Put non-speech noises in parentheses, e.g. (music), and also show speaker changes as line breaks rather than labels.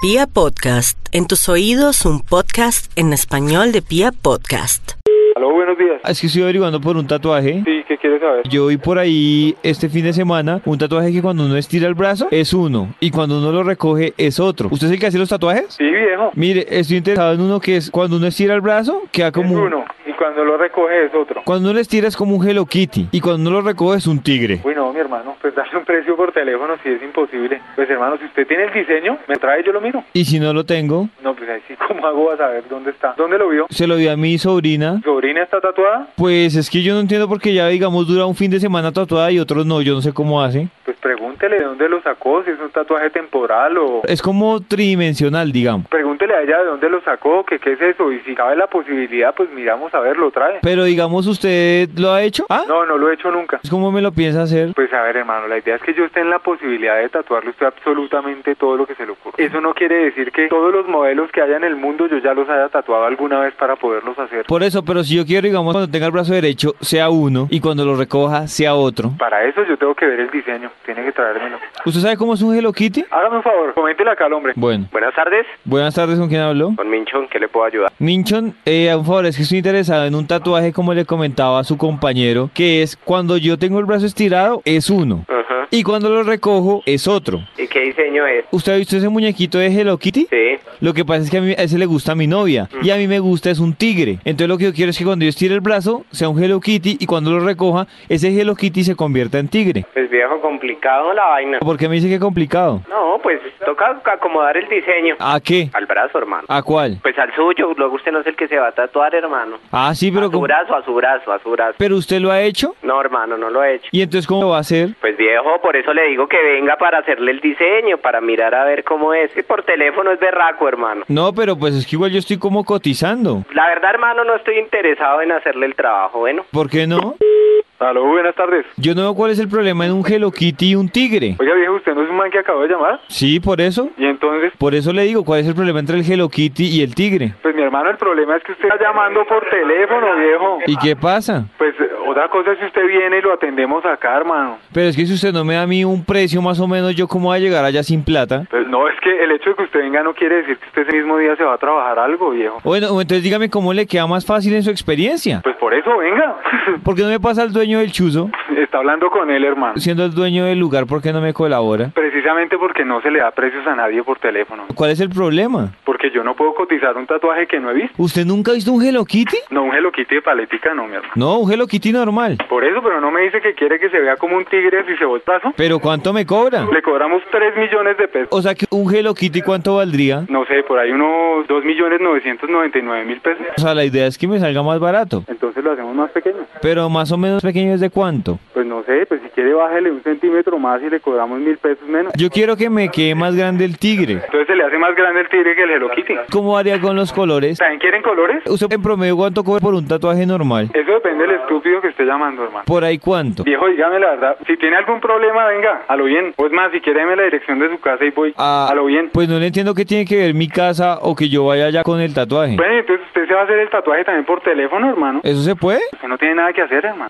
Pia Podcast, en tus oídos un podcast en español de Pia Podcast.
Aló, buenos días.
Ah, Es que estoy averiguando por un tatuaje.
Sí, ¿qué quieres saber?
Yo vi por ahí este fin de semana un tatuaje que cuando uno estira el brazo es uno y cuando uno lo recoge es otro. ¿Usted es el que hace los tatuajes?
Sí, viejo.
Mire, estoy interesado en uno que es cuando uno estira el brazo queda como
Es
un-
uno. Y cuando lo recoge es otro.
Cuando uno lo estira es como un Hello Kitty y cuando uno lo recoge es un tigre.
Uy, no, mi hermano, pues darle un precio por teléfono si es imposible. Pues, hermano, si usted tiene el diseño, me trae, yo lo miro.
Y si no lo tengo,
No, pues ahí sí, (laughs) ¿cómo hago a saber dónde está? ¿Dónde lo vio?
se lo di a mi sobrina.
¿Mi sobrina está tatuada?
Pues es que yo no entiendo porque ya digamos dura un fin de semana tatuada y otros no, yo no sé cómo hace.
Pues pregúntele de dónde lo sacó, si es un tatuaje temporal o...
Es como tridimensional, digamos.
Pregúntele a ella de dónde lo sacó, que qué es eso. Y si cabe la posibilidad, pues miramos a ver, lo trae.
Pero digamos usted lo ha hecho? ¿Ah?
No, no lo he hecho nunca.
¿Cómo me lo piensa hacer?
Pues a ver, hermano, la idea es que yo esté en la posibilidad de tatuarle a usted absolutamente todo lo que se le ocurra. Eso no quiere decir que todos los modelos que haya en el mundo yo ya los haya tatuado alguna vez para poderlos hacer.
Por eso, pero si yo quiero, digamos, cuando tenga el brazo derecho, sea uno y cuando lo recoja, sea otro.
Para eso yo tengo que ver el diseño, tiene que traérmelo.
¿Usted sabe cómo es un Hello Kitty?
Hágame un favor, coméntele acá al hombre.
Bueno,
Buenas tardes,
buenas tardes, ¿con quién habló?
con Minchon, ¿qué le puedo ayudar?
Minchon, eh, a un favor, es que estoy interesado en un tatuaje, como le comentaba a su compañero, que es cuando yo tengo el brazo estirado, es uno.
Ajá.
Y cuando lo recojo, es otro.
¿Y qué diseño es?
¿Usted ha visto ese muñequito de Hello Kitty?
Sí.
Lo que pasa es que a mí a ese le gusta a mi novia y a mí me gusta es un tigre. Entonces lo que yo quiero es que cuando yo estire el brazo sea un Hello Kitty y cuando lo recoja ese Hello Kitty se convierta en tigre.
Pues viejo, complicado la vaina.
¿Por qué me dice que es complicado?
No, pues toca acomodar el diseño.
¿A qué?
Al brazo, hermano.
¿A cuál?
Pues al suyo, luego usted no es el que se va a tatuar, hermano.
Ah, sí, pero
a su
como-
brazo, a su brazo, a su brazo.
pero usted lo ha hecho.
No, hermano, no lo he hecho.
¿Y entonces cómo lo va a hacer?
Pues viejo, por eso le digo que venga para hacerle el diseño, para mirar a ver cómo es. Y por teléfono es berraco, hermano.
No, pero pues es que igual yo estoy como cotizando.
La verdad, hermano, no estoy interesado en hacerle el trabajo, bueno.
¿Por qué no?
Aló, buenas tardes.
Yo no veo cuál es el problema en un Hello Kitty y un tigre.
Oiga, viejo, ¿usted no es un man que acabo de llamar?
Sí, por eso.
Y entonces,
Por eso le digo cuál es el problema entre el Hello Kitty y el tigre.
pues mi hermano, el problema es que usted está llamando por teléfono, viejo.
¿Y qué pasa?
Pues eh, otra cosa es si usted viene y lo atendemos acá, hermano.
Pero es que si usted no me da a mí un precio más o menos, ¿yo cómo voy a llegar allá sin plata?
Pues, no, es que el hecho de que usted venga no quiere decir que usted ese mismo día se va a trabajar algo, viejo.
Bueno, o entonces dígame cómo le queda más fácil en su experiencia.
Pues por eso, venga. (laughs)
¿Por qué no me pasa al dueño del chuzo?
Está hablando con él, hermano.
Siendo el dueño del lugar, ¿por qué no me colabora?
Precisamente porque no se le da precios a nadie por teléfono.
¿Cuál es el problema?
Porque yo no puedo cotizar un tatuaje que no he visto.
¿Usted nunca ha visto un Hello Kitty?
No, un Hello Kitty de paletica, no, mi hermano.
No, un Hello Kitty normal.
Por eso, pero no me dice que quiere que se vea como un tigre si se boltazo.
¿Pero cuánto me cobra?
Le cobramos 3 millones de pesos.
O sea, que un Hello Kitty cuánto valdría?
No sé, por ahí unos 2 millones 999 mil pesos.
O sea, la idea es que me salga más barato.
Entonces lo hacemos más pequeño.
Pero más o menos pequeño es de cuánto.
Pues no sé, pues si quiere bájele un centímetro más y le cobramos mil pesos menos.
Yo quiero que me quede más grande el tigre.
Entonces se le hace más grande el tigre que el Hello Kitty.
¿Cómo haría con los colores?
¿También quieren colores?
¿Usted en promedio cuánto cobra por un tatuaje normal?
Eso depende del estúpido que esté llamando, hermano.
¿Por ahí cuánto?
Viejo, dígame la verdad. Si tiene algún problema, venga, a lo bien. O es más, si quiere, deme la dirección de su casa y voy.
Ah,
a lo bien.
Pues no le entiendo qué tiene que ver mi casa o que yo vaya allá con el tatuaje.
Bueno, entonces usted se va a hacer el tatuaje también por
Eh.
teléfono, hermano.
¿Eso se puede?
Usted no tiene nada que hacer, hermano.